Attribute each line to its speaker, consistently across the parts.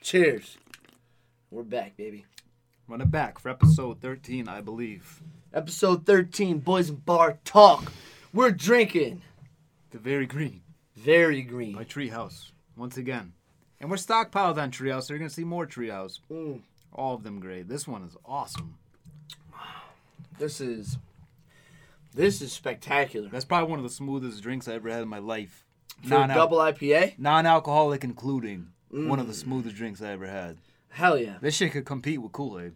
Speaker 1: Cheers. We're back, baby.
Speaker 2: Run it back for episode 13, I believe.
Speaker 1: Episode 13, Boys and Bar Talk. We're drinking
Speaker 2: The Very Green
Speaker 1: very
Speaker 2: by
Speaker 1: green.
Speaker 2: Treehouse, once again. And we're stockpiled on Treehouse, so you're going to see more Treehouse.
Speaker 1: Mm,
Speaker 2: All of them great. This one is awesome.
Speaker 1: this is this is spectacular.
Speaker 2: That's probably one of the smoothest drinks I ever had in my life.
Speaker 1: For a
Speaker 2: Non-al-
Speaker 1: double Mm. IPA?
Speaker 2: non-alcoholic including. One of the smoothest drinks I ever had.
Speaker 1: Hell yeah.
Speaker 2: This shit could compete with Kool-Aid.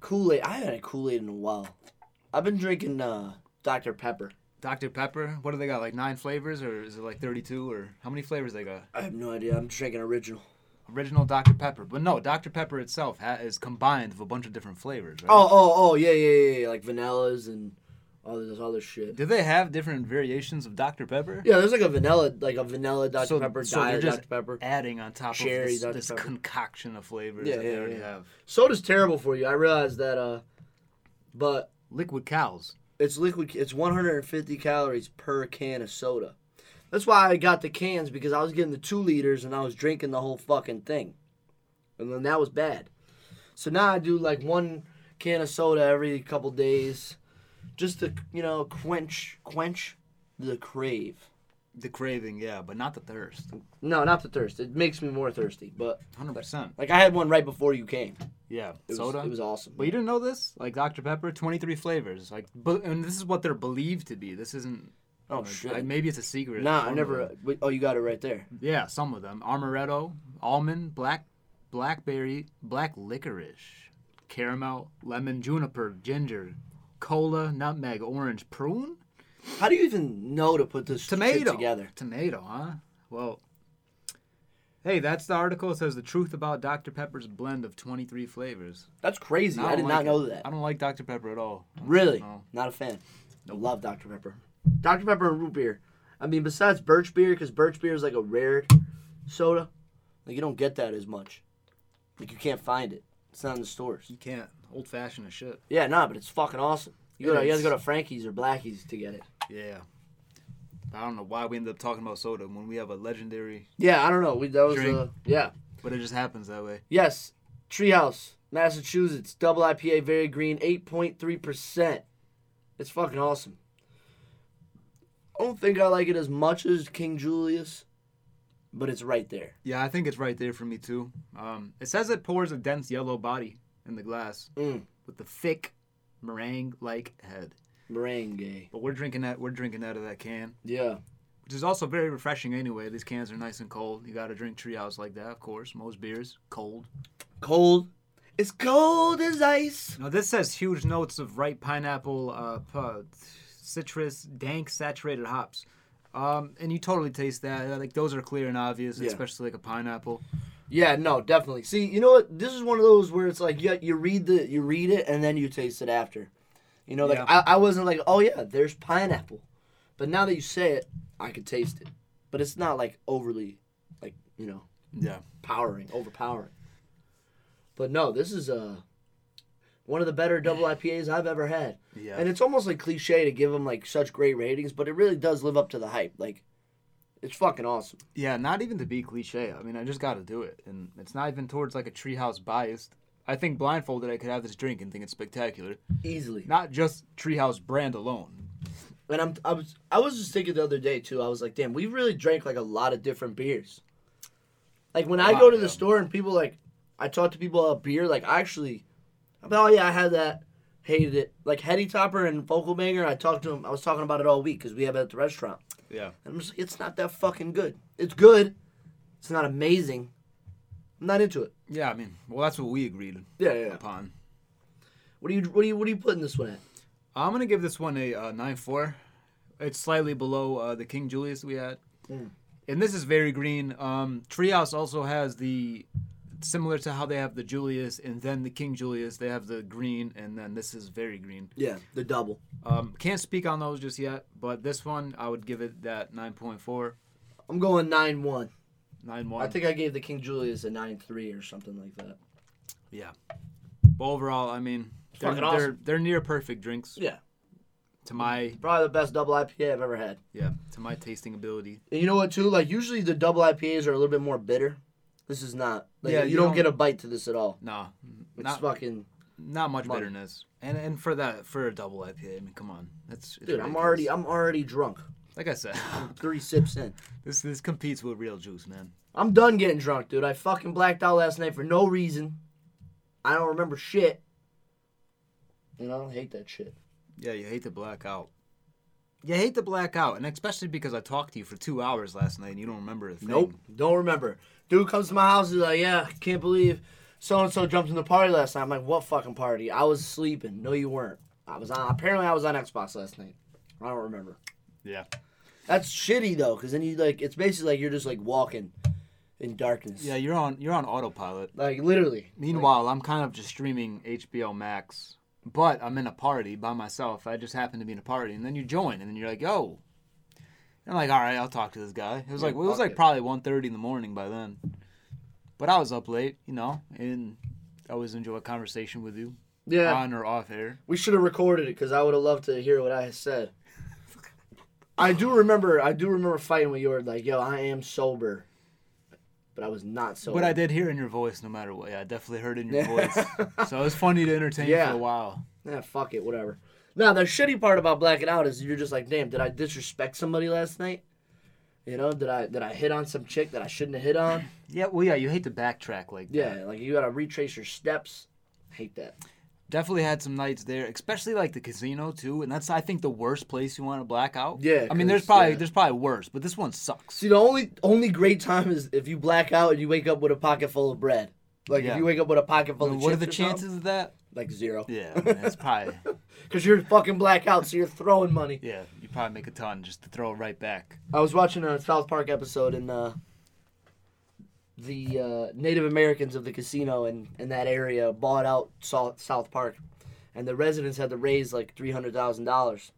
Speaker 1: Kool-Aid. I haven't had Kool-Aid in a while. I've been drinking uh, Dr. Pepper.
Speaker 2: Dr. Pepper, what do they got? Like nine flavors, or is it like 32, or how many flavors they got?
Speaker 1: I have no idea. I'm drinking original.
Speaker 2: Original Dr. Pepper, but no, Dr. Pepper itself ha- is combined of a bunch of different flavors. Right?
Speaker 1: Oh, oh, oh, yeah, yeah, yeah, yeah. Like vanillas and all this other shit.
Speaker 2: do they have different variations of Dr. Pepper?
Speaker 1: Yeah, there's like a vanilla, like a vanilla Dr.
Speaker 2: So-
Speaker 1: Pepper,
Speaker 2: so they're
Speaker 1: diet Dr.
Speaker 2: just
Speaker 1: Pepper.
Speaker 2: Adding on top
Speaker 1: Cherry
Speaker 2: of
Speaker 1: Dr.
Speaker 2: this, this
Speaker 1: Pepper.
Speaker 2: concoction of flavors
Speaker 1: Yeah,
Speaker 2: that they
Speaker 1: yeah,
Speaker 2: already
Speaker 1: yeah.
Speaker 2: have.
Speaker 1: Soda's terrible for you. I realize that, uh, but
Speaker 2: Liquid cows.
Speaker 1: it's liquid. It's 150 calories per can of soda. That's why I got the cans because I was getting the two liters and I was drinking the whole fucking thing, and then that was bad. So now I do like one can of soda every couple days, just to you know quench quench the crave.
Speaker 2: The craving, yeah, but not the thirst.
Speaker 1: No, not the thirst. It makes me more thirsty. But
Speaker 2: 100%.
Speaker 1: like I had one right before you came.
Speaker 2: Yeah,
Speaker 1: It was,
Speaker 2: soda.
Speaker 1: It was awesome.
Speaker 2: But you didn't know this? Like Dr. Pepper, 23 flavors. Like, but, and this is what they're believed to be. This isn't.
Speaker 1: Oh,
Speaker 2: uh,
Speaker 1: shit.
Speaker 2: like, maybe it's a secret.
Speaker 1: nah, I
Speaker 2: formula.
Speaker 1: never. Uh, wait, oh, you got it right there.
Speaker 2: Yeah, some of them: amaretto, almond, black, blackberry, black licorice, caramel, lemon, juniper, ginger, cola, nutmeg, orange, prune,
Speaker 1: How do you even know to put this shit
Speaker 2: tomato.
Speaker 1: together?
Speaker 2: Tomato, huh? Well. Hey, that's the article. It says the truth about Dr. Pepper's blend of 23 flavors.
Speaker 1: That's crazy. I,
Speaker 2: don't
Speaker 1: did
Speaker 2: like
Speaker 1: not
Speaker 2: it.
Speaker 1: know that.
Speaker 2: I don't like Dr. Pepper at all.
Speaker 1: Really?
Speaker 2: No.
Speaker 1: Not a fan. I Love Dr. Pepper. Dr. Pepper and root beer. I mean, besides birch beer, because birch beer is like a rare soda. Like, you don't get that as much. Like, you can't find it. It's not in the stores.
Speaker 2: You can't. Old fashioned as shit.
Speaker 1: Yeah, nah, but it's fucking awesome. You,
Speaker 2: It
Speaker 1: gotta, you
Speaker 2: is.
Speaker 1: gotta go to Frankie's or Blackie's to get it.
Speaker 2: Yeah. I don't know why we ended up talking about soda when we have a legendary,
Speaker 1: Yeah, I don't know. We, that was,
Speaker 2: Drink.
Speaker 1: uh, yeah.
Speaker 2: but it just happens that way.
Speaker 1: Yes, Treehouse, Massachusetts, double IPA, very green, 8.3%. It's fucking awesome. I don't think I like it as much as King Julius, but it's right there.
Speaker 2: Yeah, I think it's right there for me too. Um, it says it pours a dense yellow body in the glass
Speaker 1: Mm,
Speaker 2: with the thick meringue-like head.
Speaker 1: meringue.
Speaker 2: But we're drinking that. We're drinking out of that can,
Speaker 1: Yeah.
Speaker 2: which is also very refreshing anyway. These cans are nice and cold. You got to drink Treehouse like that, of course. Most beers cold.
Speaker 1: Cold. It's cold as ice.
Speaker 2: Now this says huge notes of ripe pineapple, uh, pu- citrus, dank saturated hops, um, and you totally taste that. Uh, Like those are clear and obvious,
Speaker 1: Yeah.
Speaker 2: especially like a pineapple.
Speaker 1: Yeah, no, definitely. See, you know what? This is one of those where it's like, yeah, you read the, you read it, and then you taste it after. You know, like
Speaker 2: Yeah.
Speaker 1: I, I wasn't like, oh yeah, there's pineapple, but now that you say it, I could taste it. But it's not like overly, like you know,
Speaker 2: Yeah,
Speaker 1: powering, overpowering. But no, this is uh, one of the better double IPAs I've ever had.
Speaker 2: yeah.
Speaker 1: And it's almost like cliche to give them like such great ratings, but it really does live up to the hype. Like, it's fucking awesome.
Speaker 2: Yeah, not even to be cliche. I mean, I just got to do it, and it's not even towards like a treehouse biased. I think blindfolded, I could have this drink and think it's spectacular.
Speaker 1: Easily.
Speaker 2: Not just treehouse brand alone.
Speaker 1: And I'm I was I was just thinking the other day too. I was like, damn, we really drank like a lot of different beers. Like when I
Speaker 2: lot,
Speaker 1: go to the
Speaker 2: yeah.
Speaker 1: store and people like, I talk to people about beer. Like I actually, I'm like, oh yeah, I had that, hated it. Like Hetty Topper and Vocal Banger. I talked to them. I was talking about it all week because we have it at the restaurant.
Speaker 2: Yeah,
Speaker 1: And I'm just like, it's not that fucking good. It's good. It's not amazing. I'm not into it.
Speaker 2: yeah. I mean, well, that's what we agreed
Speaker 1: Yeah, yeah. yeah.
Speaker 2: upon.
Speaker 1: What do you what do you what are you putting this one at?
Speaker 2: I'm gonna give this one a uh, nine four. It's slightly below uh, the King Julius we had,
Speaker 1: Mm.
Speaker 2: and this is very green. Um, treehouse also has the similar to how they have the Julius and then the King Julius. They have the green, and then this is very green.
Speaker 1: Yeah, the double.
Speaker 2: Um, can't speak on those just yet, but this one I would give it that 9.4,
Speaker 1: I'm going nine one.
Speaker 2: 9.1.
Speaker 1: I think I gave the King Julius a nine three or something like that.
Speaker 2: yeah. But overall, I mean, they're,
Speaker 1: Fucking
Speaker 2: they're,
Speaker 1: awesome.
Speaker 2: they're near perfect drinks
Speaker 1: Yeah.
Speaker 2: to my
Speaker 1: Probably the best double IPA I've ever had.
Speaker 2: yeah to my tasting ability.
Speaker 1: And you know what too? Like usually the double IPAs are a little bit more bitter. This is not. Like,
Speaker 2: Yeah,
Speaker 1: you,
Speaker 2: you
Speaker 1: don't,
Speaker 2: don't-
Speaker 1: get a bite to this at all.
Speaker 2: No,
Speaker 1: It's
Speaker 2: not
Speaker 1: fucking.
Speaker 2: not much
Speaker 1: money.
Speaker 2: bitterness. And and for that for a double IPA, I mean, come on, that's it's
Speaker 1: Dude, I'm
Speaker 2: ridiculous.
Speaker 1: already I'm already drunk.
Speaker 2: like I said,
Speaker 1: Three sips in.
Speaker 2: this this competes with real juice, man.
Speaker 1: I'm done getting drunk, dude. I fucking blacked out last night for no reason. I don't remember shit. You know, I don't hate that shit.
Speaker 2: Yeah, you hate to black out. You hate to black out, and especially because I talked to you for two hours last night and you don't remember a thing.
Speaker 1: Nope, don't remember. Dude comes to my house, he's like, "Yeah, can't believe so and so jumped in the party last night." I'm like, "What fucking party? I was sleeping. No, you weren't. I was on. Apparently, I was on Xbox last night. I don't remember."
Speaker 2: Yeah.
Speaker 1: That's shitty though, because then you like it's basically like you're just like walking in darkness.
Speaker 2: Yeah, you're on you're on autopilot.
Speaker 1: Like literally.
Speaker 2: Meanwhile, I'm kind of just streaming HBO Max, but I'm in a party by myself. I just happen to be in a party, and then you join, and then you're like, "Yo," and I'm like, "All right, I'll talk to this guy." It was
Speaker 1: Yeah,
Speaker 2: like it was
Speaker 1: fuck
Speaker 2: like
Speaker 1: it.
Speaker 2: probably 1.30 in the morning by then, but I was up late, you know, and I always enjoy a conversation with you
Speaker 1: Yeah.
Speaker 2: on or off air.
Speaker 1: We should have recorded it because I would have loved to hear what I said. I do remember. I do remember fighting with Yord like, "Yo, I am sober," but I was not sober.
Speaker 2: But I did hear in your voice, no matter what. Yeah, I definitely heard in your voice. So it was funny to entertain
Speaker 1: Yeah.
Speaker 2: for a while.
Speaker 1: Nah, fuck it, whatever. Now the shitty part about blacking out is you're just like, "Damn, did I disrespect somebody last night? You know, did I did I hit on some chick that I shouldn't have hit on?
Speaker 2: Yeah, well, yeah, you hate to backtrack like that.
Speaker 1: Yeah, like you gotta retrace your steps. hate that.
Speaker 2: Definitely had some nights there, especially like the casino too, and that's I think the worst place you want to black out.
Speaker 1: Yeah,
Speaker 2: I mean, there's
Speaker 1: 'cause,
Speaker 2: probably
Speaker 1: yeah.
Speaker 2: there's probably worse, but this one sucks.
Speaker 1: See, the only only great time is if you black out and you wake up with a pocket full of bread. Like
Speaker 2: Yeah.
Speaker 1: if you wake up with a pocket full of
Speaker 2: what are the
Speaker 1: chips or something,
Speaker 2: chances of that?
Speaker 1: Like zero.
Speaker 2: Yeah, I mean, that's probably
Speaker 1: Because you're fucking blackout, so you're throwing money.
Speaker 2: yeah. You probably make a ton just to throw it right back.
Speaker 1: I was watching a South Park episode, and uh, the uh, Native Americans of the casino in, in that area bought out Sou- South Park, and the residents had to raise like $300,000.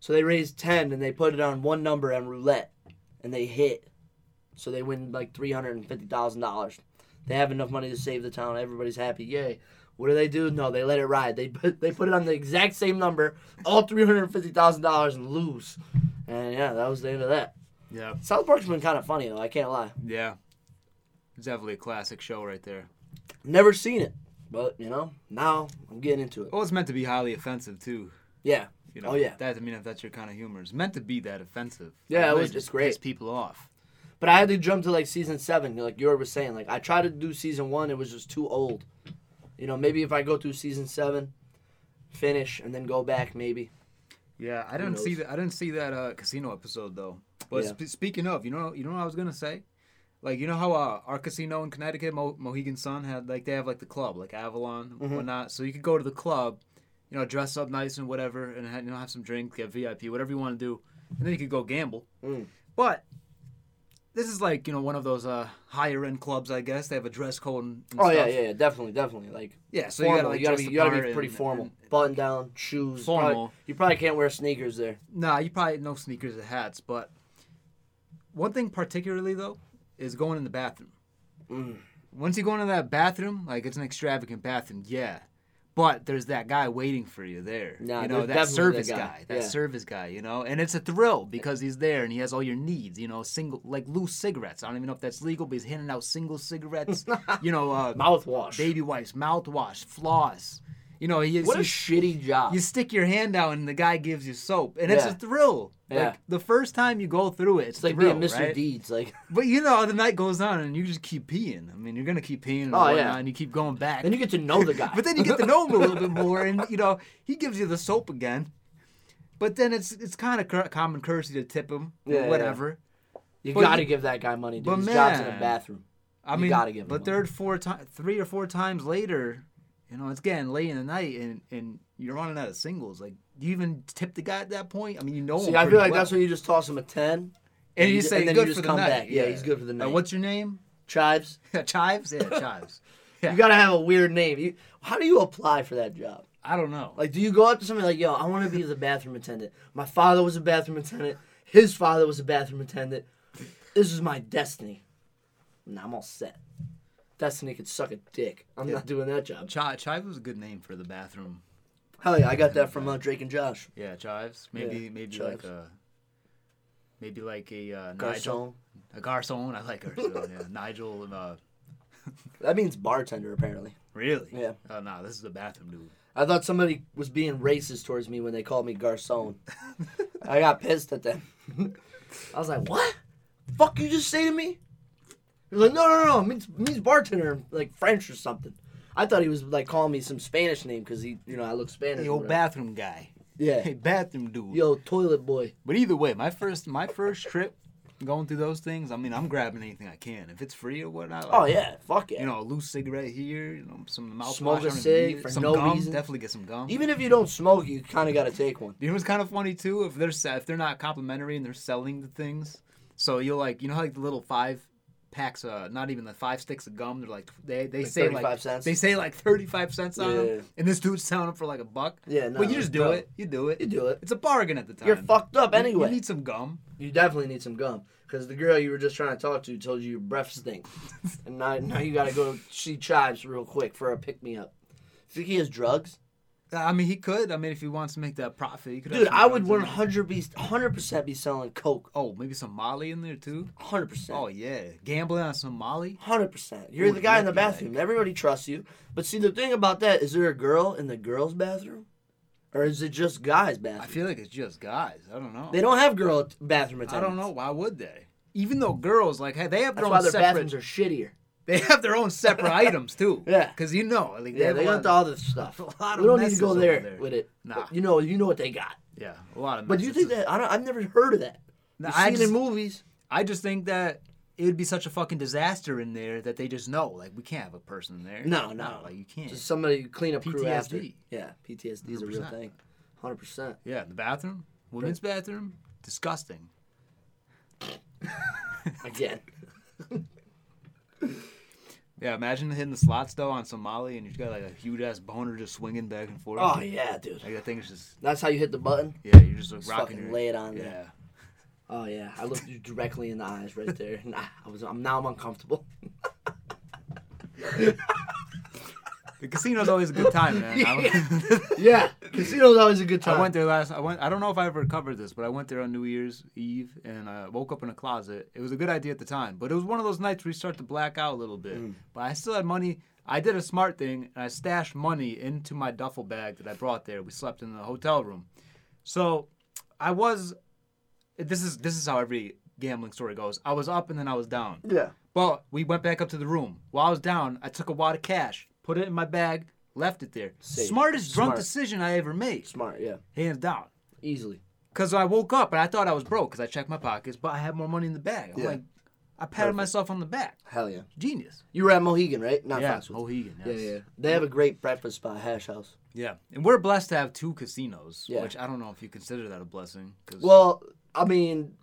Speaker 1: So they raised 10 and they put it on one number on roulette, and they hit. So they win like $350,000. They have enough money to save the town. Everybody's happy. Yay. What do they do? No, they let it ride. They put, they put it on the exact same number, all $350,000, and lose. And yeah, that was the end of that.
Speaker 2: Yeah,
Speaker 1: South Park's been kind of funny though. I can't lie.
Speaker 2: yeah. It's definitely a classic show right there.
Speaker 1: Never seen it, but you know now I'm getting into it.
Speaker 2: Well, Oh, it's meant to be highly offensive too.
Speaker 1: Yeah,
Speaker 2: You know,
Speaker 1: Oh, yeah.
Speaker 2: That I mean, if that's your kind of humor, it's meant to be that offensive.
Speaker 1: Yeah, it
Speaker 2: really
Speaker 1: was-
Speaker 2: just
Speaker 1: it's great.
Speaker 2: Piss people off.
Speaker 1: but I had to jump to like season seven. Like you was saying, like I tried to do season one. It was just too old. You know, maybe if I go through season seven, finish, and then go back, maybe.
Speaker 2: Yeah, I didn't see
Speaker 1: knows?
Speaker 2: that. I didn't see that uh, casino episode though. But
Speaker 1: Yeah.
Speaker 2: sp- speaking of, you know, you know what I was gonna say. Like you know how uh, our casino in Connecticut, Mo- Mohegan Sun, had like they have like the club, like Avalon,
Speaker 1: Mm-hmm.
Speaker 2: and whatnot. So you could go to the club, you know, dress up nice and whatever, and ha- you know have some drink, get VIP, whatever you want to do, and then you could go gamble.
Speaker 1: Mm.
Speaker 2: But this is like you know one of those uh, higher end clubs, I guess. They have a dress code. And, and
Speaker 1: Oh
Speaker 2: stuff.
Speaker 1: yeah, yeah, yeah, definitely, definitely. Like
Speaker 2: Yeah, so
Speaker 1: formal.
Speaker 2: you gotta like dress
Speaker 1: be,
Speaker 2: the
Speaker 1: you gotta
Speaker 2: part
Speaker 1: be
Speaker 2: and-
Speaker 1: pretty formal.
Speaker 2: and-
Speaker 1: Button down, shoes. probably-
Speaker 2: Formal.
Speaker 1: you probably can't wear sneakers there.
Speaker 2: Nah, you probably no sneakers or hats, but one thing particularly though is going in the bathroom.
Speaker 1: Mm.
Speaker 2: Once you go into that bathroom, like it's an extravagant bathroom, yeah. But there's that guy waiting for you there.
Speaker 1: Nah,
Speaker 2: you know,
Speaker 1: there's
Speaker 2: that
Speaker 1: definitely that
Speaker 2: service
Speaker 1: guy,
Speaker 2: guy. That
Speaker 1: yeah.
Speaker 2: service guy, you know? And it's a thrill because he's there and he has all your needs, you know, single like loose cigarettes. I don't even know if that's legal, but he's handing out single cigarettes, you know, uh
Speaker 1: Mouthwash.
Speaker 2: baby wipes, mouthwash, floss. You know, he,
Speaker 1: What a
Speaker 2: he
Speaker 1: shitty job.
Speaker 2: you stick your hand out and the guy gives you soap and it's
Speaker 1: Yeah.
Speaker 2: a thrill
Speaker 1: Yeah.
Speaker 2: like the first time you go through it it's,
Speaker 1: It's like
Speaker 2: thrill,
Speaker 1: being Mr.
Speaker 2: right?
Speaker 1: Deeds. Like
Speaker 2: but you know the night goes on and you just keep peeing i mean you're gonna keep peeing and,
Speaker 1: Oh, yeah.
Speaker 2: whatnot, and you keep going back
Speaker 1: then you get to know the guy.
Speaker 2: but then you get to know him a little bit more and you know he gives you the soap again but then it's it's kind of cur- common courtesy to tip him or
Speaker 1: Yeah, yeah.
Speaker 2: whatever
Speaker 1: you
Speaker 2: but
Speaker 1: gotta
Speaker 2: you-
Speaker 1: give that guy money. Dude.
Speaker 2: but
Speaker 1: His job's in a
Speaker 2: man.
Speaker 1: bathroom.
Speaker 2: I
Speaker 1: You
Speaker 2: mean,
Speaker 1: gotta give him
Speaker 2: but
Speaker 1: one.
Speaker 2: third, four times, three or four times later, you know, it's getting late in the night, and and you're running out of singles. Like, do you even tip the guy at that point? I mean, you know.
Speaker 1: See,
Speaker 2: him
Speaker 1: I
Speaker 2: pretty
Speaker 1: feel like
Speaker 2: well.
Speaker 1: that's when you just toss him a ten.
Speaker 2: And
Speaker 1: you
Speaker 2: you
Speaker 1: ju-
Speaker 2: say,
Speaker 1: and then
Speaker 2: good
Speaker 1: you just
Speaker 2: for
Speaker 1: come
Speaker 2: the night.
Speaker 1: back. Yeah, he's good for the
Speaker 2: Like,
Speaker 1: night.
Speaker 2: what's your name?
Speaker 1: Chives.
Speaker 2: Chives. Yeah, Chives. Yeah.
Speaker 1: You gotta have a weird name. You, how do you apply for that job?
Speaker 2: I don't know.
Speaker 1: Like, do you go up to somebody like, "Yo, I want to be the bathroom attendant. My father was a bathroom attendant. His father was a bathroom attendant. This is my destiny. Nah, I'm all set. Destiny could suck a dick. I'm not doing that job.
Speaker 2: Chi- Chives was a good name for the bathroom.
Speaker 1: Hell yeah, I got that from uh, Drake and Josh.
Speaker 2: Yeah, Chives. Maybe
Speaker 1: Yeah,
Speaker 2: maybe
Speaker 1: Chives.
Speaker 2: like a maybe like a uh, Nigel.
Speaker 1: Garcon.
Speaker 2: A Garcon. I like Garcon. yeah, Nigel. Uh,
Speaker 1: That means bartender, apparently.
Speaker 2: Really?
Speaker 1: Yeah.
Speaker 2: Oh no, this is a bathroom dude.
Speaker 1: I thought somebody was being racist towards me when they called me garçon. I got pissed at them. I was like, "What? Fuck you just say to me?" He was like, "No, no, no, it means, it means bartender, in, like French or something." I thought he was like calling me some Spanish name because he, you know, I look Spanish.
Speaker 2: Hey,
Speaker 1: or
Speaker 2: old
Speaker 1: whatever.
Speaker 2: bathroom guy.
Speaker 1: yeah,
Speaker 2: Hey, bathroom dude.
Speaker 1: yo, toilet boy.
Speaker 2: But either way, my first my first trip going through those things, I mean, I'm grabbing anything I can. If it's free or whatnot. like,
Speaker 1: Oh yeah, fuck yeah.
Speaker 2: You know, a loose cigarette here, you know, some mouthwash.
Speaker 1: Smoke a
Speaker 2: I don't even
Speaker 1: cig
Speaker 2: need it.
Speaker 1: for
Speaker 2: some
Speaker 1: no
Speaker 2: gum.
Speaker 1: reason.
Speaker 2: Definitely get some gum.
Speaker 1: even if you don't smoke, you kind of got to take one.
Speaker 2: You know what's kind of funny too? If they're se- if they're not complimentary and they're selling the things, so you'll like you know how like the little five packs, uh, not even the five sticks of gum. They're like they they
Speaker 1: Like
Speaker 2: say
Speaker 1: 35
Speaker 2: like
Speaker 1: cents?
Speaker 2: they say like thirty five cents on
Speaker 1: Yeah.
Speaker 2: them, and this dude's selling them for like a buck.
Speaker 1: Yeah, no,
Speaker 2: but you just do
Speaker 1: bro.
Speaker 2: it. You do it.
Speaker 1: You do it.
Speaker 2: It's a bargain at the time.
Speaker 1: You're fucked up
Speaker 2: You-
Speaker 1: anyway.
Speaker 2: You need some gum.
Speaker 1: You definitely need some gum because the girl you were just trying to talk to told you your breath stinks, and now, now you gotta go see Chives real quick for a pick me up. Think he has drugs,
Speaker 2: I mean, he could. I mean, if he wants to make that profit, he could. have
Speaker 1: dude?
Speaker 2: some
Speaker 1: I would
Speaker 2: gums in
Speaker 1: one
Speaker 2: there.
Speaker 1: hundred be hundred percent be selling coke,
Speaker 2: Oh, maybe some Molly in there too.
Speaker 1: hundred
Speaker 2: Oh
Speaker 1: percent,
Speaker 2: yeah, gambling on some Molly.
Speaker 1: hundred percent. You're
Speaker 2: Ooh,
Speaker 1: the guy in the
Speaker 2: that'd be
Speaker 1: bathroom. Everybody trusts you, but see the thing about that is there a girl in the girls' bathroom, or is it just guys' bathroom?
Speaker 2: I feel like it's just guys. I don't know.
Speaker 1: they don't have girl t- bathroom
Speaker 2: I
Speaker 1: attendants.
Speaker 2: don't know. Why would they? Even though girls like hey, they have their
Speaker 1: That's why
Speaker 2: own
Speaker 1: their
Speaker 2: separate.
Speaker 1: bathrooms are shittier.
Speaker 2: They have their own separate items too.
Speaker 1: Yeah.
Speaker 2: Because you know, like
Speaker 1: Yeah,
Speaker 2: have
Speaker 1: they
Speaker 2: a lot
Speaker 1: got
Speaker 2: of-
Speaker 1: all this stuff.
Speaker 2: a lot
Speaker 1: We don't
Speaker 2: of
Speaker 1: need to
Speaker 2: messes
Speaker 1: go
Speaker 2: over
Speaker 1: there,
Speaker 2: there.
Speaker 1: with it.
Speaker 2: Nah.
Speaker 1: you know, you know what they got.
Speaker 2: Yeah, a lot of.
Speaker 1: But you
Speaker 2: messes.
Speaker 1: think that I don't, I've never heard of that.
Speaker 2: No,
Speaker 1: You've
Speaker 2: I
Speaker 1: seen
Speaker 2: just-
Speaker 1: in movies.
Speaker 2: I just think that it would be such a fucking disaster in there that they just know, like, we can't have a person there.
Speaker 1: No, no,
Speaker 2: like you can't.
Speaker 1: Just somebody you clean up crew after.
Speaker 2: PTSD.
Speaker 1: Yeah, PTSD is a real
Speaker 2: 100%.
Speaker 1: thing. Hundred percent.
Speaker 2: Yeah, the bathroom, women's bathroom, disgusting.
Speaker 1: Again,
Speaker 2: Yeah, imagine hitting the slots though on Somali and you just got like a huge ass boner just swinging back and forth.
Speaker 1: oh yeah, dude.
Speaker 2: Like that thing is just
Speaker 1: That's how you hit the button.
Speaker 2: yeah, you're just like
Speaker 1: Just
Speaker 2: rocking
Speaker 1: fucking
Speaker 2: your
Speaker 1: lay it on there.
Speaker 2: yeah.
Speaker 1: Oh yeah, I looked you directly in the eyes right there. Nah, I was. I'm now. I'm uncomfortable.
Speaker 2: The casino's always a good time, man. I-
Speaker 1: yeah, casino's always a good time.
Speaker 2: I went there last. I went. I don't know if I ever covered this, but I went there on New Year's Eve and I woke up in a closet. It was a good idea at the time, but it was one of those nights where you start to black out a little bit. But I still had money. I did a smart thing and I stashed money into my duffel bag that I brought there. We slept in the hotel room, so I was. This is this is how every gambling story goes. I was up and then I was down.
Speaker 1: yeah.
Speaker 2: Well, we went back up to the room. While I was down, I took a wad of cash, put it in my bag, left it there.
Speaker 1: Safe.
Speaker 2: Smartest drunk
Speaker 1: Smart.
Speaker 2: decision I ever made,
Speaker 1: Smart. Yeah.
Speaker 2: hands down.
Speaker 1: Easily.
Speaker 2: Cause I woke up and I thought I was broke because I checked my pockets, but I had more money in the bag. I'm
Speaker 1: Yeah.
Speaker 2: like, I patted myself on the back.
Speaker 1: Hell yeah.
Speaker 2: Genius.
Speaker 1: You were at Mohegan, right? Not
Speaker 2: yeah,
Speaker 1: Foxwoods.
Speaker 2: Mohegan.
Speaker 1: Yeah,
Speaker 2: Yes.
Speaker 1: yeah. They have a great breakfast spot, Hash House.
Speaker 2: Yeah. And we're blessed to have two casinos,
Speaker 1: Yeah.
Speaker 2: which I don't know if you consider that a blessing. 'cause-
Speaker 1: Well, I mean,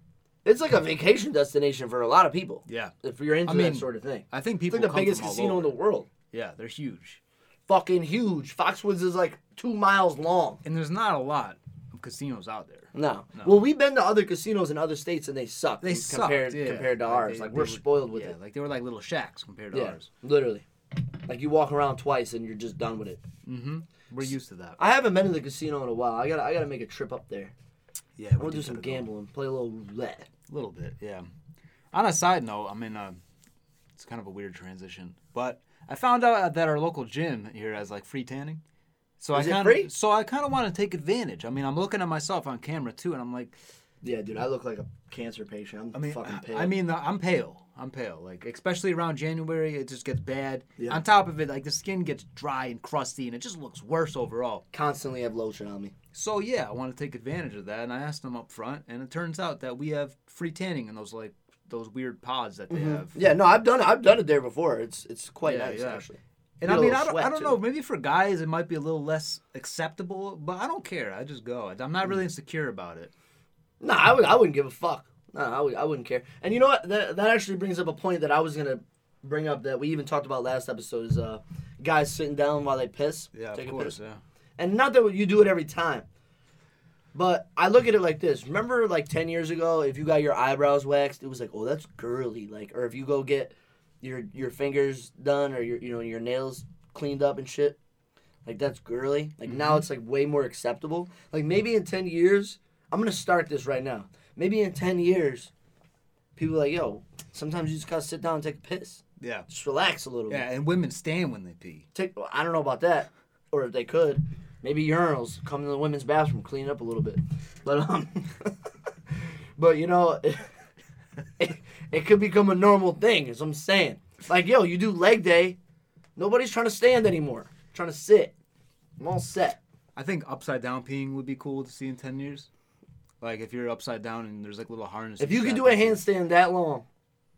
Speaker 1: it's like a vacation destination for a lot of people.
Speaker 2: yeah,
Speaker 1: If you're into
Speaker 2: I mean,
Speaker 1: that sort of thing.
Speaker 2: I think
Speaker 1: It's
Speaker 2: people
Speaker 1: like the
Speaker 2: come
Speaker 1: biggest
Speaker 2: from all
Speaker 1: casino in
Speaker 2: over.
Speaker 1: the world.
Speaker 2: Yeah, they're huge,
Speaker 1: Fucking huge. Foxwoods is like two miles long.
Speaker 2: and there's not a lot of casinos out there.
Speaker 1: No. Well, we've been to other casinos in other states and they suck.
Speaker 2: They suck
Speaker 1: compared,
Speaker 2: yeah.
Speaker 1: compared to ours. like,
Speaker 2: they
Speaker 1: we're
Speaker 2: were-
Speaker 1: spoiled with
Speaker 2: yeah,
Speaker 1: it.
Speaker 2: Like they were like little shacks compared to
Speaker 1: Yeah.
Speaker 2: ours.
Speaker 1: Literally. Like you walk around twice and you're just done with it.
Speaker 2: Mm-hmm. We're used to that.
Speaker 1: I haven't been to the casino in a while. I gotta I gotta make a trip up there.
Speaker 2: Yeah,
Speaker 1: I
Speaker 2: we
Speaker 1: wanna do
Speaker 2: just
Speaker 1: some
Speaker 2: gotta go.
Speaker 1: gambling, play a little roulette.
Speaker 2: A little bit, yeah. On a side note, I mean, uh, it's kind of a weird transition, but I found out uh, that our local gym here has like free tanning. So
Speaker 1: Is it
Speaker 2: I kind
Speaker 1: free?
Speaker 2: of so I kind of want to take advantage. I mean, I'm looking at myself on camera too, and I'm like,
Speaker 1: Yeah, dude, I look like a cancer patient. I'm
Speaker 2: I mean,
Speaker 1: fucking
Speaker 2: I,
Speaker 1: pale.
Speaker 2: I mean, I'm pale. I'm pale. Like especially around January, it just gets bad.
Speaker 1: Yeah.
Speaker 2: On top of it, like the skin gets dry and crusty, and it just looks worse overall.
Speaker 1: constantly have lotion on me.
Speaker 2: So yeah, I want to take advantage of that, and I asked them up front, and it turns out that we have free tanning in those like those weird pods that they have.
Speaker 1: Mm-hmm. Yeah, no, I've done it. I've done it there before. It's it's quite
Speaker 2: Yeah,
Speaker 1: nice
Speaker 2: yeah.
Speaker 1: actually.
Speaker 2: And
Speaker 1: Get a
Speaker 2: I mean,
Speaker 1: little
Speaker 2: I don't,
Speaker 1: sweat,
Speaker 2: I don't
Speaker 1: too.
Speaker 2: know. Maybe for guys, it might be a little less acceptable, but I don't care. I just go. I'm not
Speaker 1: Mm.
Speaker 2: really insecure about it.
Speaker 1: No, I would. I wouldn't give a fuck. No, I would. I wouldn't care. And you know what? That that actually brings up a point that I was gonna bring up that we even talked about last episode is uh, guys sitting down while they piss. take a piss.
Speaker 2: Yeah.
Speaker 1: And not that you do it every time, but I look at it like this. Remember, like ten years ago, if you got your eyebrows waxed, it was like, oh, that's girly. Like, or if you go get your your fingers done or your you know your nails cleaned up and shit, like that's girly. Like now it's like way more acceptable. Like maybe in ten years, I'm gonna start this right now. Maybe in ten years, People like, yo, sometimes you just gotta sit down and take a piss.
Speaker 2: Yeah.
Speaker 1: Just relax a little
Speaker 2: Yeah,
Speaker 1: bit.
Speaker 2: and women stand when they pee.
Speaker 1: Take I don't know about that. Or if they could, maybe urinals come to the women's bathroom, clean up a little bit. But um But you know it, it, could become a normal thing, as I'm saying. Like, yo, you do leg day, nobody's trying to stand anymore. Trying to sit. I'm all set.
Speaker 2: I think upside down peeing would be cool to see in ten years. Like if you're upside down and there's like little harness.
Speaker 1: If
Speaker 2: and
Speaker 1: you could
Speaker 2: strap
Speaker 1: do a
Speaker 2: and shit.
Speaker 1: handstand that long,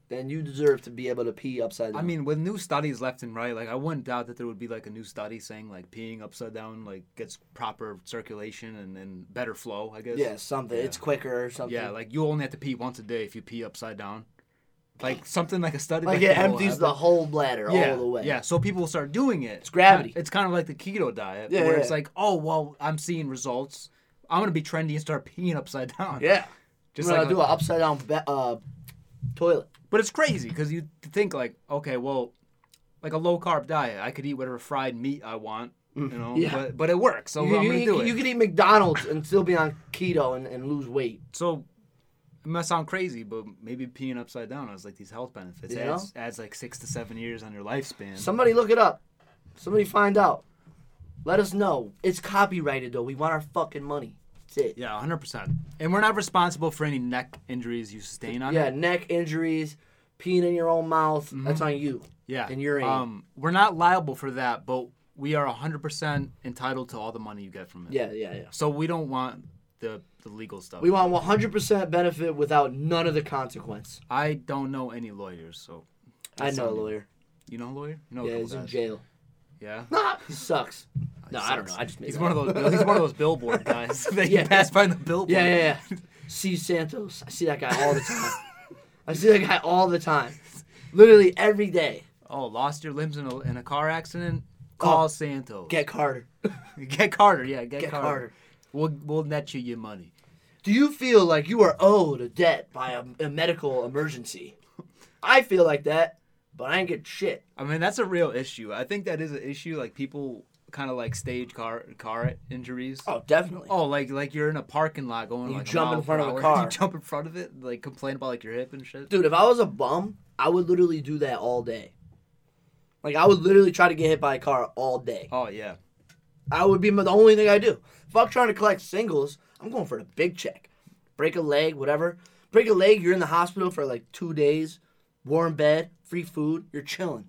Speaker 1: then you deserve to be able to pee upside down.
Speaker 2: I mean, with new studies left and right, like I wouldn't doubt that there would be like a new study saying like peeing upside down like gets proper circulation and then better flow. I guess.
Speaker 1: yeah, something.
Speaker 2: yeah.
Speaker 1: It's quicker or something.
Speaker 2: Yeah, like you only have to pee once a day if you pee upside down. Like something like a study.
Speaker 1: Like
Speaker 2: that
Speaker 1: it
Speaker 2: will
Speaker 1: empties the
Speaker 2: happen.
Speaker 1: whole bladder
Speaker 2: yeah,
Speaker 1: all the way.
Speaker 2: Yeah, so people will start doing it. It's
Speaker 1: gravity.
Speaker 2: It's kind of like the keto diet,
Speaker 1: Yeah,
Speaker 2: where
Speaker 1: yeah,
Speaker 2: it's
Speaker 1: yeah.
Speaker 2: like, oh well, I'm seeing results. I'm gonna be trendy and start peeing upside down.
Speaker 1: Yeah.
Speaker 2: just
Speaker 1: I'm
Speaker 2: like
Speaker 1: gonna do an upside down ba- uh, toilet.
Speaker 2: But it's crazy because you think like, okay, well, like a low carb diet, I could eat whatever fried meat I want, you know.
Speaker 1: Mm, Yeah.
Speaker 2: But but it works, so
Speaker 1: You,
Speaker 2: Oh, I'm
Speaker 1: you,
Speaker 2: gonna
Speaker 1: eat-
Speaker 2: do it.
Speaker 1: you could eat McDonald's and still be on keto and, and lose weight.
Speaker 2: so it must sound crazy, but maybe peeing upside down has like these health benefits.
Speaker 1: You know?
Speaker 2: Adds, adds like six to seven years on your lifespan.
Speaker 1: Somebody look it up. Somebody find out. Let us know. It's copyrighted though. We want our fucking money. That's it.
Speaker 2: yeah, hundred percent. And we're not responsible for any neck injuries you sustain on
Speaker 1: Yeah,
Speaker 2: it.
Speaker 1: neck injuries, peeing in your own mouth.
Speaker 2: Mm-hmm.
Speaker 1: That's on you.
Speaker 2: Yeah,
Speaker 1: And urine.
Speaker 2: Um, we're not liable for that, but we are hundred percent entitled to all the money you get from it.
Speaker 1: Yeah, yeah, yeah.
Speaker 2: So we don't want the the legal stuff.
Speaker 1: We want 100% benefit without none of the consequence.
Speaker 2: I don't know any lawyers, so
Speaker 1: I know a
Speaker 2: on you.
Speaker 1: lawyer.
Speaker 2: You know a lawyer? You know a
Speaker 1: Yeah,
Speaker 2: couple
Speaker 1: he's in
Speaker 2: guys.
Speaker 1: jail.
Speaker 2: Yeah.
Speaker 1: Nah, he sucks. No, I don't
Speaker 2: Sucks.
Speaker 1: know. I just made
Speaker 2: he's
Speaker 1: that
Speaker 2: one
Speaker 1: up.
Speaker 2: of those. He's one of those billboard guys that you
Speaker 1: Yeah.
Speaker 2: pass by the billboard.
Speaker 1: Yeah, yeah, yeah. Steve Santos. I see that guy all the time. I see that guy all the time. Literally every day.
Speaker 2: Oh, lost your limbs in a in a car accident? Call Santos.
Speaker 1: Oh. Get Carter.
Speaker 2: Get Carter. Yeah, get,
Speaker 1: Get
Speaker 2: Carter.
Speaker 1: Carter.
Speaker 2: We'll we'll net you your money.
Speaker 1: Do you feel like you are owed a debt by a, a medical emergency? I feel like that, but I ain't get shit.
Speaker 2: I mean, that's a real issue. I think that is an issue. Like people kind of like stage car car injuries.
Speaker 1: Oh, definitely.
Speaker 2: Oh, like like you're in a parking lot going
Speaker 1: You
Speaker 2: like
Speaker 1: jump
Speaker 2: a mile
Speaker 1: in front
Speaker 2: per
Speaker 1: of a
Speaker 2: hour.
Speaker 1: car.
Speaker 2: You jump in front of it, like complain about like your hip and shit.
Speaker 1: Dude, if I was a bum, I would literally do that all day. Like, I would literally try to get hit by a car all day.
Speaker 2: Oh yeah.
Speaker 1: I would be the only thing I do. Fuck trying to collect singles. I'm going for the big check. Break a leg, whatever. Break a leg, you're in the hospital for like two days, warm bed, free food, you're chilling.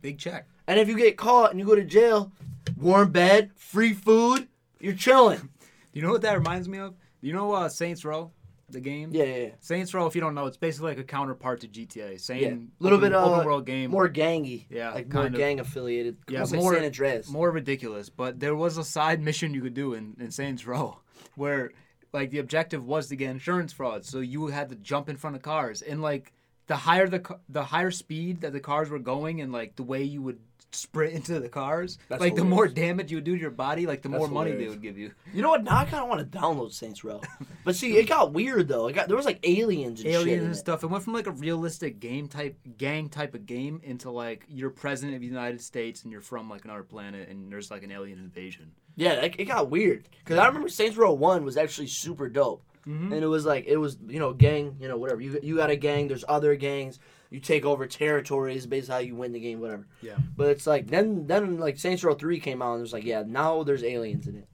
Speaker 2: Big check.
Speaker 1: And if you get caught and you go to jail, warm bed, free food, you're chilling.
Speaker 2: You know what that reminds me of? You know uh, Saints Row, the game.
Speaker 1: Yeah, yeah, yeah.
Speaker 2: Saints Row, if you don't know, it's basically like a counterpart to GTA. Same
Speaker 1: Yeah. little
Speaker 2: open,
Speaker 1: bit uh,
Speaker 2: open world game.
Speaker 1: more gangy.
Speaker 2: Yeah,
Speaker 1: like more
Speaker 2: kind of.
Speaker 1: gang affiliated.
Speaker 2: Yeah,
Speaker 1: Yeah, like
Speaker 2: more-
Speaker 1: San Andreas.
Speaker 2: more ridiculous, but there was a side mission you could do in, in Saints Row where like the objective was to get insurance fraud. So you had to jump in front of cars and like the higher the ca- the higher speed that the cars were going and like the way you would sprint into the cars,
Speaker 1: That's
Speaker 2: like the
Speaker 1: hilarious.
Speaker 2: more damage you would do to your body, like the
Speaker 1: That's
Speaker 2: more money they
Speaker 1: hilarious.
Speaker 2: would give you.
Speaker 1: You know what? Now I kind of want to download Saints Row. But see, it got weird though. It got there was like aliens and shit.
Speaker 2: aliens
Speaker 1: in
Speaker 2: and
Speaker 1: it.
Speaker 2: stuff. It went from like a realistic game type gang type of game into like you're president of the United States and you're from like another planet and there's like an alien invasion.
Speaker 1: Yeah, it, it got weird because I remember Saints Row One was actually super dope,
Speaker 2: Mm-hmm.
Speaker 1: and it was like it was you know gang you know whatever you you got a gang there's other gangs you take over territories based on how you win the game whatever.
Speaker 2: Yeah.
Speaker 1: But it's like then then like Saints Row Three came out and it was like yeah now there's aliens in it.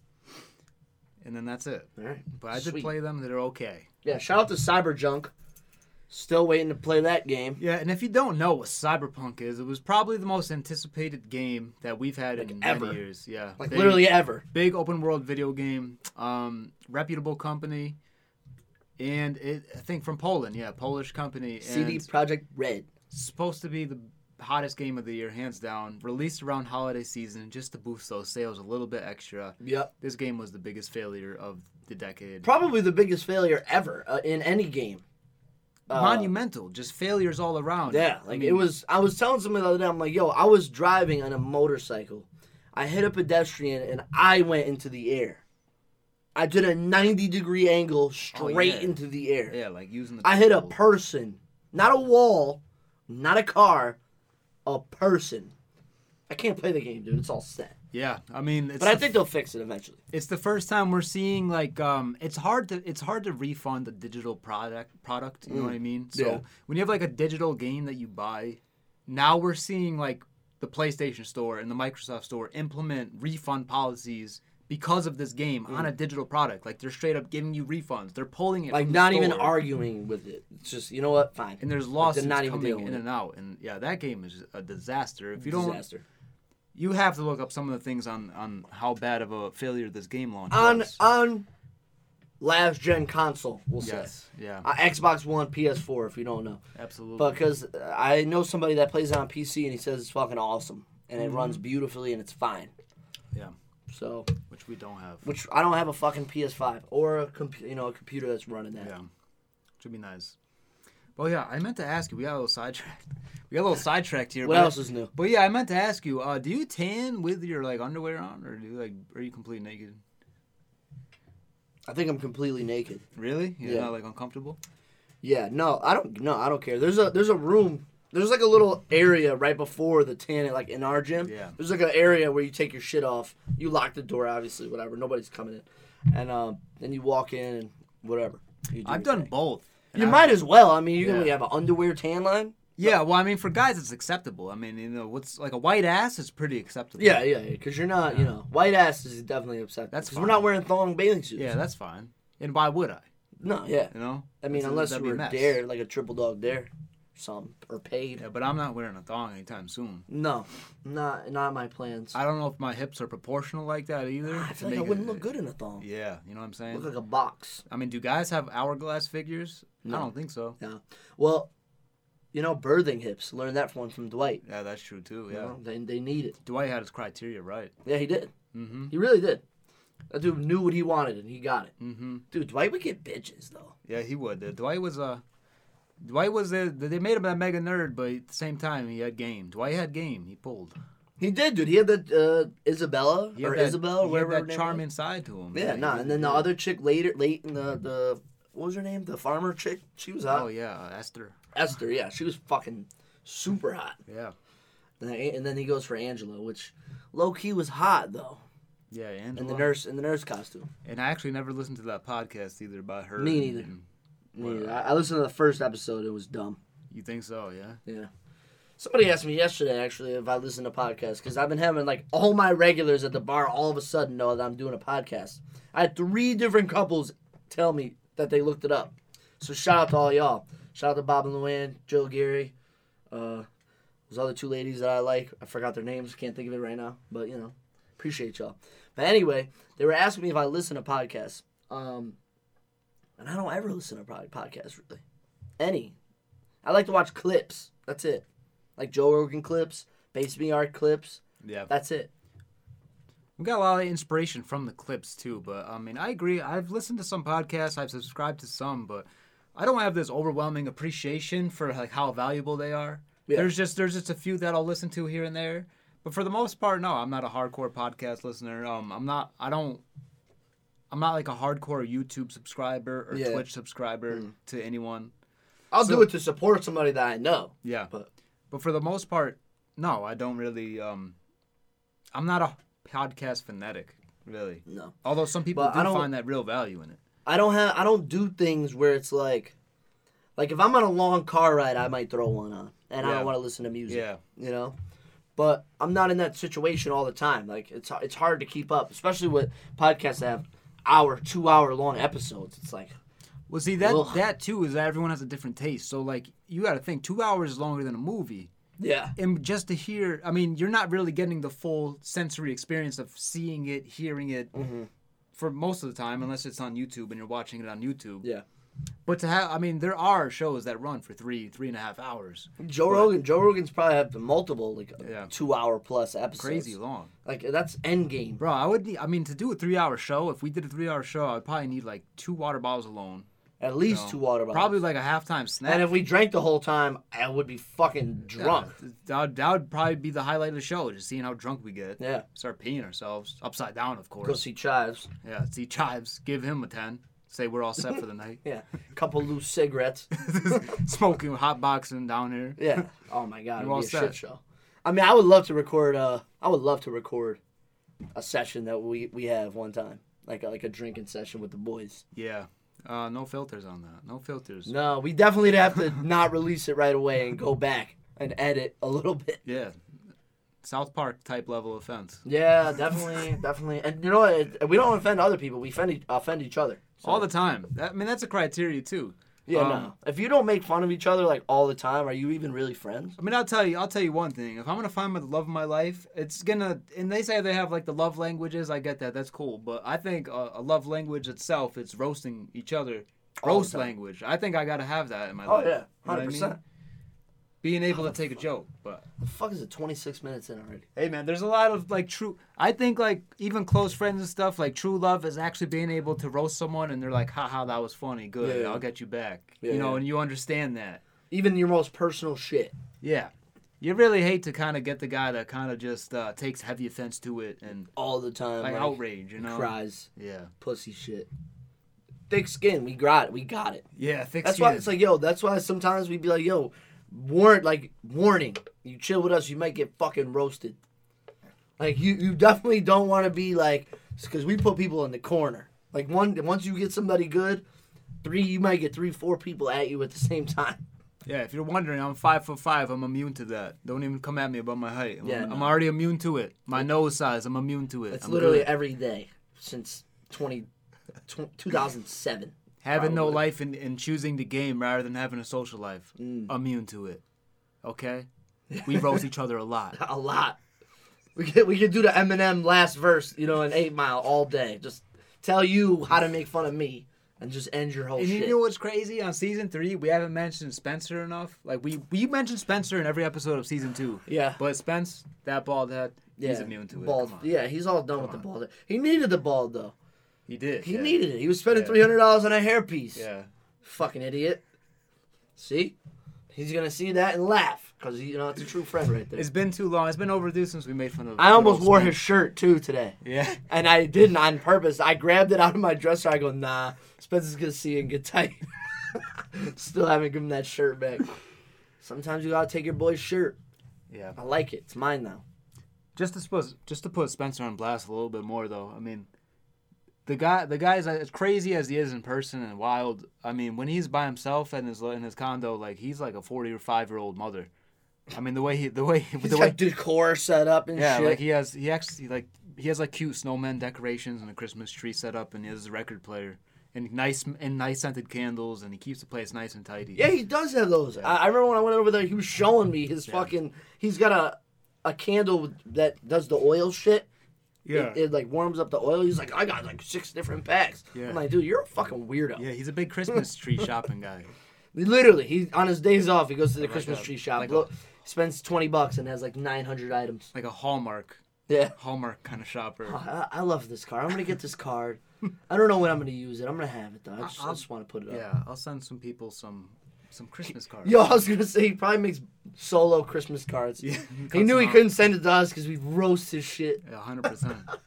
Speaker 2: And then that's it.
Speaker 1: All right.
Speaker 2: But I did
Speaker 1: Sweet.
Speaker 2: play them. They're okay.
Speaker 1: Yeah, shout out to Cyberjunk. Still waiting to play that game.
Speaker 2: Yeah, and if you don't know what Cyberpunk is, it was probably the most anticipated game that we've had in many
Speaker 1: ever.
Speaker 2: years. Yeah,
Speaker 1: Like
Speaker 2: They-
Speaker 1: literally ever.
Speaker 2: big open world video game, um, reputable company, and it I think from Poland. Yeah, Polish company. And
Speaker 1: CD Project Red.
Speaker 2: supposed to be the hottest game of the year, hands down. Released around holiday season just to boost those sales a little bit extra.
Speaker 1: Yep.
Speaker 2: This game was the biggest failure of the decade.
Speaker 1: Probably the biggest failure ever uh, in any game. Uh,
Speaker 2: Monumental, just failures all around.
Speaker 1: Yeah,
Speaker 2: I
Speaker 1: like
Speaker 2: mean,
Speaker 1: it was. I was telling somebody the other day. I'm like, yo, I was driving on a motorcycle. I hit a pedestrian and I went into the air. I did a 90 degree angle straight
Speaker 2: Oh, yeah.
Speaker 1: into the air.
Speaker 2: Yeah, like using the.
Speaker 1: I hit a
Speaker 2: controls.
Speaker 1: person, not a wall, not a car, a person. I can't play the game, dude. It's all set.
Speaker 2: Yeah, I mean, it's
Speaker 1: But I
Speaker 2: the-
Speaker 1: think they'll fix it eventually.
Speaker 2: it's the first time we're seeing like um, it's hard to it's hard to refund a digital product product. You know
Speaker 1: Mm.
Speaker 2: what I mean? So
Speaker 3: Yeah.
Speaker 2: when you have like a digital game that you buy, now we're seeing like the PlayStation Store and the Microsoft Store implement refund policies because of this game on a digital product. Like they're straight up giving you refunds. They're pulling it
Speaker 1: Mm. Like
Speaker 2: from the
Speaker 1: not even
Speaker 2: store.
Speaker 1: arguing with it. It's just you know what? Fine.
Speaker 2: And there's
Speaker 1: Like, they're
Speaker 2: lawsuits
Speaker 1: not even
Speaker 2: coming
Speaker 1: dealing
Speaker 2: in
Speaker 1: with
Speaker 2: and out, and yeah, that game is a disaster. If you don't,
Speaker 1: disaster.
Speaker 2: you have to look up some of the things on on how bad of a failure this game launch
Speaker 1: On
Speaker 2: was.
Speaker 1: on last gen console, we'll say.
Speaker 2: yes, yeah,
Speaker 1: Uh, Xbox One, PS4, if you don't know.
Speaker 2: absolutely.
Speaker 1: But because I know somebody that plays it on PC and he says it's fucking awesome and
Speaker 2: Mm-hmm.
Speaker 1: it runs beautifully and it's fine.
Speaker 2: Yeah.
Speaker 1: So,
Speaker 2: which we don't have.
Speaker 1: which I don't have a fucking PS5 or a comp- you know a computer that's running that.
Speaker 2: yeah, which would be nice. Well, yeah, I meant to ask you. We got a little sidetracked. We got a little sidetracked here.
Speaker 1: What
Speaker 2: but,
Speaker 1: else is new?
Speaker 2: But yeah, I meant to ask you. Uh, do you tan with your like underwear on, or do you like are you completely naked?
Speaker 1: I think I'm completely naked.
Speaker 2: Really? You're
Speaker 1: Yeah.
Speaker 2: not like uncomfortable.
Speaker 1: Yeah, no, I don't. No, I don't care. There's a there's a room. There's like a little area right before the tan, like in our gym.
Speaker 2: Yeah.
Speaker 1: There's like an area where you take your shit off. You lock the door, obviously, whatever. Nobody's coming in, and um, then you walk in and whatever. You do
Speaker 2: I've
Speaker 1: your
Speaker 2: done
Speaker 1: thing.
Speaker 2: both. and
Speaker 1: You
Speaker 2: I-
Speaker 1: might as well. I mean, you can
Speaker 2: Yeah.
Speaker 1: really have an underwear tan line.
Speaker 2: Yeah, well, I mean, for guys, it's acceptable. I mean, you know, what's like a white ass is pretty acceptable.
Speaker 1: Yeah, yeah, because you're not, you know, white ass is definitely upset.
Speaker 2: That's
Speaker 1: That's we're not
Speaker 2: fine.
Speaker 1: wearing thong bathing suits.
Speaker 2: yeah, that's fine. And why would I?
Speaker 1: No, yeah.
Speaker 2: You know,
Speaker 1: I mean,
Speaker 2: That's-
Speaker 1: unless you
Speaker 2: that'd be a
Speaker 1: were
Speaker 2: mess.
Speaker 1: dare, like a triple dog dare, some or paid.
Speaker 2: Yeah, but I'm not wearing a thong anytime soon.
Speaker 1: No, not not my plans. I,
Speaker 2: I don't know if my hips are proportional like that either. to
Speaker 1: feel like Ah, I
Speaker 2: make
Speaker 1: wouldn't
Speaker 2: it-
Speaker 1: look good in a thong.
Speaker 2: Yeah, you know what I'm saying.
Speaker 1: Look like a box.
Speaker 2: I mean, do guys have hourglass figures? I don't think so.
Speaker 1: No. Well, you know, birthing hips. Learned that one from Dwight.
Speaker 2: Yeah, that's true too.
Speaker 1: You
Speaker 2: Yeah,
Speaker 1: know, they they need it.
Speaker 2: Dwight had his criteria right.
Speaker 1: Yeah, he did.
Speaker 2: Mm-hmm.
Speaker 1: He really did. That dude knew what he wanted and he got it.
Speaker 2: Mm-hmm.
Speaker 1: Dude, Dwight would get bitches though.
Speaker 2: Yeah, he would. Uh, Dwight was a. Uh, Dwight was the. They made him a mega nerd, but at the same time, he had game. Dwight had game. He pulled.
Speaker 1: He did, dude. He had that uh, Isabella
Speaker 2: He had
Speaker 1: or
Speaker 2: that,
Speaker 1: Isabel,
Speaker 2: he had
Speaker 1: whatever. her
Speaker 2: that
Speaker 1: name was.
Speaker 2: charming side to him.
Speaker 1: Yeah,
Speaker 2: he
Speaker 1: nah.
Speaker 2: really
Speaker 1: And then the
Speaker 2: did.
Speaker 1: other chick later, late in the the what was her name? The farmer chick. She was hot.
Speaker 2: Oh yeah, uh, Esther.
Speaker 1: Esther. Yeah, she was fucking super hot.
Speaker 2: Yeah.
Speaker 1: And then, and then he goes for Angela, which low key was hot though.
Speaker 2: Yeah, Angela.
Speaker 1: In the nurse in the nurse costume.
Speaker 2: And I actually never listened to that podcast either by her.
Speaker 1: Me neither.
Speaker 2: And-
Speaker 1: Yeah, I I listened to the first episode. It was dumb.
Speaker 2: You think so? Yeah.
Speaker 1: Yeah. Somebody asked me yesterday actually if I listen to podcasts because I've been having like all my regulars at the bar all of a sudden know that I'm doing a podcast. I had three different couples tell me that they looked it up. So shout out to all y'all. Shout out to Bob and Luann, Jill Gary, uh, those other two ladies that I like. I forgot their names. Can't think of it right now. But you know, appreciate y'all. But anyway, they were asking me if I listen to podcasts. Um, and I don't ever listen to pod- podcasts really, any. I like to watch clips. That's it. Like Joe Rogan clips, Base Me Art clips.
Speaker 2: Yeah.
Speaker 1: That's it.
Speaker 2: We got a lot of inspiration from the clips too, but I mean, I agree. I've listened to some podcasts, I've subscribed to some, but I don't have this overwhelming appreciation for like how valuable they are.
Speaker 1: Yeah.
Speaker 2: There's just there's just a few that I'll listen to here and there, but for the most part, no, I'm not a hardcore podcast listener. Um, I'm not. I don't. I'm not like a hardcore YouTube subscriber or
Speaker 1: Yeah. Mm.
Speaker 2: Twitch subscriber to anyone.
Speaker 1: I'll
Speaker 2: So-
Speaker 1: do it to support somebody that I know.
Speaker 2: Yeah.
Speaker 1: But-
Speaker 2: but for the most part, no, I don't really. Um, I'm not a podcast fanatic, really.
Speaker 1: No.
Speaker 2: Although some people
Speaker 1: But
Speaker 2: do
Speaker 1: I don't-
Speaker 2: find that real value in it.
Speaker 1: I don't have I don't do things where it's like like if I'm on a long car ride, I might throw one on and I
Speaker 2: Yeah.
Speaker 1: don't want to listen to music.
Speaker 2: Yeah.
Speaker 1: You know? But I'm not in that situation all the time. Like it's it's hard to keep up, especially with podcasts that have hour, 2 hour long episodes. It's like
Speaker 2: Well, see that
Speaker 1: Ugh.
Speaker 2: that too is that everyone has a different taste. So like you got to think two hours is longer than a movie,
Speaker 1: yeah.
Speaker 2: and just to hear, I mean, you're not really getting the full sensory experience of seeing it, hearing it.
Speaker 1: Mm-hmm.
Speaker 2: For most of the time, unless it's on YouTube and you're watching it on YouTube.
Speaker 1: Yeah.
Speaker 2: But to have, I mean, there are shows that run for three, three and a half hours.
Speaker 1: Joe Rogan, Joe Rogan's probably have multiple like
Speaker 2: Yeah.
Speaker 1: 2 hour plus episodes.
Speaker 2: Crazy long.
Speaker 1: Like that's Endgame.
Speaker 2: Bro, I would need, I mean, to do a three hour show, if we did a three hour show, I'd probably need like two water bottles alone.
Speaker 1: At least
Speaker 2: No.
Speaker 1: two water bottles.
Speaker 2: Probably like a halftime snack.
Speaker 1: And if we drank the whole time, I would be fucking
Speaker 2: Yeah,
Speaker 1: drunk.
Speaker 2: th- that, would, that would probably be the highlight of the show, just seeing how drunk we get.
Speaker 1: Yeah.
Speaker 2: Start peeing ourselves. Upside down, of
Speaker 1: Go
Speaker 2: course.
Speaker 1: see Chives.
Speaker 2: Yeah, see Chives. Give him a 10. Say we're all set for the night.
Speaker 1: Yeah. Couple loose cigarettes.
Speaker 2: Smoking, hot boxing down here.
Speaker 1: Yeah. Oh my god,
Speaker 2: You're all
Speaker 1: it'd be a
Speaker 2: set.
Speaker 1: shit show. I mean, I would love to record. Uh, I would love to record a session that we we have one time, like a, like a drinking session with the boys.
Speaker 2: Yeah. Uh, no filters on that. No filters.
Speaker 1: No, we definitely have to not release it right away and go back and edit a little bit.
Speaker 2: Yeah. South Park type level offense.
Speaker 1: Yeah, definitely, definitely. And you know what? It- We don't offend other people. We offend e- offend each other. So,
Speaker 2: All the time. That, I mean, that's a criteria too.
Speaker 1: yeah.
Speaker 2: um,
Speaker 1: no. If you don't make fun of each other like all the time, are you even really friends?
Speaker 2: I mean, I'll tell you, I'll tell you one thing. If I'm gonna find my the love of my life, it's gonna. And they say they have like the love languages. I get that. That's cool. But I think a, a love language itself, it's roasting each other.
Speaker 1: All the
Speaker 2: Roast
Speaker 1: time.
Speaker 2: language. I think I gotta have that in my
Speaker 1: Oh
Speaker 2: life.
Speaker 1: yeah,
Speaker 2: You know what I
Speaker 1: hundred percent.
Speaker 2: mean? Being able to take a joke, but
Speaker 1: The fuck is it? Twenty six minutes in already.
Speaker 2: hey, man, there's a lot of like true. I think like even close friends and stuff, like true love is actually being able to roast someone, and they're like, "Ha ha, that was funny. Good,
Speaker 1: Yeah, yeah.
Speaker 2: I'll get you back."
Speaker 1: Yeah,
Speaker 2: you know,
Speaker 1: yeah.
Speaker 2: and you understand that.
Speaker 1: Even your most personal shit.
Speaker 2: Yeah. You really hate to kind of get the guy that kind of just uh, takes heavy offense to it and
Speaker 1: all the time.
Speaker 2: like
Speaker 1: Like,
Speaker 2: outrage, you know?
Speaker 1: cries,
Speaker 2: Yeah.
Speaker 1: pussy shit. Thick skin, we got it. We got it.
Speaker 2: Yeah, thick
Speaker 1: That's
Speaker 2: skin.
Speaker 1: why it's like, yo, that's why sometimes we'd be like, yo, warrant like warning. You chill with us, you might get fucking roasted. Like you, you definitely don't want to be like, because we put people in the corner. Like one, once you get somebody good, three, you might get three, four people at you at the same time.
Speaker 2: yeah, if you're wondering, I'm five foot five. I'm immune to that. Don't even come at me about my height. I'm,
Speaker 1: Yeah,
Speaker 2: I'm
Speaker 1: no.
Speaker 2: already immune to it. My nose size, I'm immune to it.
Speaker 1: It's
Speaker 2: I'm
Speaker 1: literally
Speaker 2: good.
Speaker 1: every day since 20, tw- 2007.
Speaker 2: having no
Speaker 1: probably.
Speaker 2: life and, and choosing the game rather than having a social life. Immune to it. Okay? We roast each other a lot.
Speaker 1: a lot. We could we could do the Eminem last verse, you know, in Eight Mile all day. Just tell you how to make fun of me and just end your whole
Speaker 2: And
Speaker 1: shit.
Speaker 2: you know what's crazy? On season three, we haven't mentioned Spencer enough. Like we we mentioned Spencer in every episode of season two.
Speaker 1: Yeah.
Speaker 2: But Spence, that bald head,
Speaker 1: yeah,
Speaker 2: he's immune to it.
Speaker 1: bald.
Speaker 2: Come on.
Speaker 1: Yeah, he's all done with the bald. He needed the bald though.
Speaker 2: He did.
Speaker 1: He
Speaker 2: yeah.
Speaker 1: needed it. He was spending
Speaker 2: Yeah.
Speaker 1: three hundred dollars on a hairpiece.
Speaker 2: Yeah.
Speaker 1: Fucking idiot. See, he's gonna see that and laugh because you know it's a true friend right there.
Speaker 2: It's been too long. It's been overdue since we made fun of.
Speaker 1: I
Speaker 2: good
Speaker 1: almost
Speaker 2: old
Speaker 1: wore his
Speaker 2: Spence.
Speaker 1: shirt too today.
Speaker 2: Yeah.
Speaker 1: And I didn't on purpose. I grabbed it out of my dresser. I go, nah, Spencer's gonna see it and get tight. Still haven't given that shirt back. Sometimes you gotta take your boy's shirt.
Speaker 2: Yeah.
Speaker 1: I like it. It's mine now.
Speaker 2: Just to suppose, just to put Spencer on blast a little bit more though. I mean, the guy, the guy's as crazy as he is in person and wild. I mean, when he's by himself in his in his condo, like he's like a forty or five year old mother. I mean, the way he, the way,
Speaker 1: He's
Speaker 2: the way
Speaker 1: got decor set up and
Speaker 2: Yeah,
Speaker 1: shit.
Speaker 2: like he has he actually like he has like cute snowman decorations and a Christmas tree set up and he has a record player and nice and nice scented candles and he keeps the place nice and tidy.
Speaker 1: yeah, he does have those. I, I remember when I went over there, he was showing me his fucking. He's got a a candle that does the oil shit. It, it like warms up the oil. He's like, I got like six different packs.
Speaker 2: Yeah.
Speaker 1: I'm like, dude, you're a fucking weirdo.
Speaker 2: yeah, he's a big Christmas tree shopping guy.
Speaker 1: Literally, he on his days off, he goes to the Christmas
Speaker 2: a-
Speaker 1: tree shop.
Speaker 2: Oh like a-
Speaker 1: look, spends twenty bucks and has like nine hundred items.
Speaker 2: Like a Hallmark
Speaker 1: Yeah,
Speaker 2: Hallmark kind of shopper.
Speaker 1: I, I love this card. I'm gonna get this card. I don't know when I'm gonna use it. I'm gonna have it though. I just,
Speaker 2: I'll-
Speaker 1: want to put it up.
Speaker 2: Yeah, I'll send some people some some Christmas cards.
Speaker 1: Yo, I was gonna say he probably makes solo Christmas cards.
Speaker 2: Yeah,
Speaker 1: he
Speaker 2: cuts
Speaker 1: knew
Speaker 2: them
Speaker 1: he
Speaker 2: out.
Speaker 1: couldn't send it to us because we roast his shit.
Speaker 2: Yeah, 100%.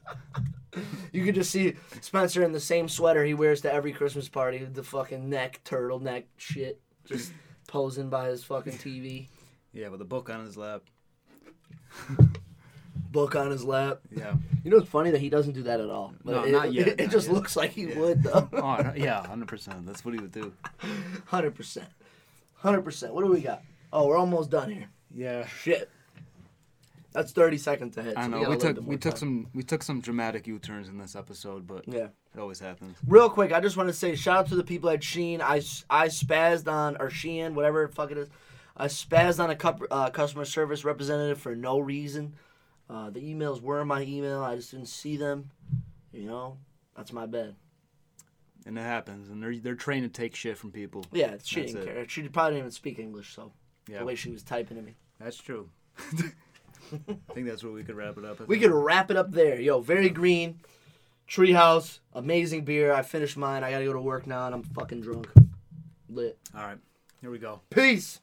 Speaker 1: You could just see Spencer in the same sweater he wears to every Christmas party, with the fucking neck turtleneck shit, just posing by his fucking TV,
Speaker 2: yeah, with a book on his lap.
Speaker 1: book on his lap.
Speaker 2: Yeah.
Speaker 1: You know, it's funny that he doesn't do that at all. But
Speaker 2: No,
Speaker 1: it,
Speaker 2: not yet,
Speaker 1: It, it
Speaker 2: not
Speaker 1: just
Speaker 2: yet.
Speaker 1: looks like he
Speaker 2: Yeah.
Speaker 1: would, though.
Speaker 2: Oh, no- yeah, 100%. That's what he would do.
Speaker 1: Hundred percent, hundred percent. What do we got? Oh, we're almost done here.
Speaker 2: Yeah.
Speaker 1: Shit, that's thirty seconds ahead.
Speaker 2: I
Speaker 1: so
Speaker 2: know.
Speaker 1: gotta
Speaker 2: We
Speaker 1: load
Speaker 2: took
Speaker 1: them
Speaker 2: we
Speaker 1: more
Speaker 2: took
Speaker 1: time.
Speaker 2: some we took some dramatic U-turns in this episode, but
Speaker 1: Yeah.
Speaker 2: it always happens.
Speaker 1: Real quick, I just want to say shout out to the people at Sheen. I, s- I spazzed on or Shein, whatever the fuck it is. I spazzed on a cup, uh, customer service representative for no reason. Uh, the emails were in my email. I just didn't see them. You know, that's my bad.
Speaker 2: And it happens, and they're they're trained to take shit from people.
Speaker 1: Yeah, she
Speaker 2: That's
Speaker 1: didn't
Speaker 2: it.
Speaker 1: care. She probably didn't even speak English, so
Speaker 2: Yeah,
Speaker 1: the way she was typing to me.
Speaker 2: that's true. I think that's where we could wrap it up. I
Speaker 1: We
Speaker 2: think.
Speaker 1: could wrap it up there. Yo, very green, treehouse, amazing beer. I finished mine. I gotta go to work now, and I'm fucking drunk. Lit.
Speaker 2: All right, here we go.
Speaker 1: Peace.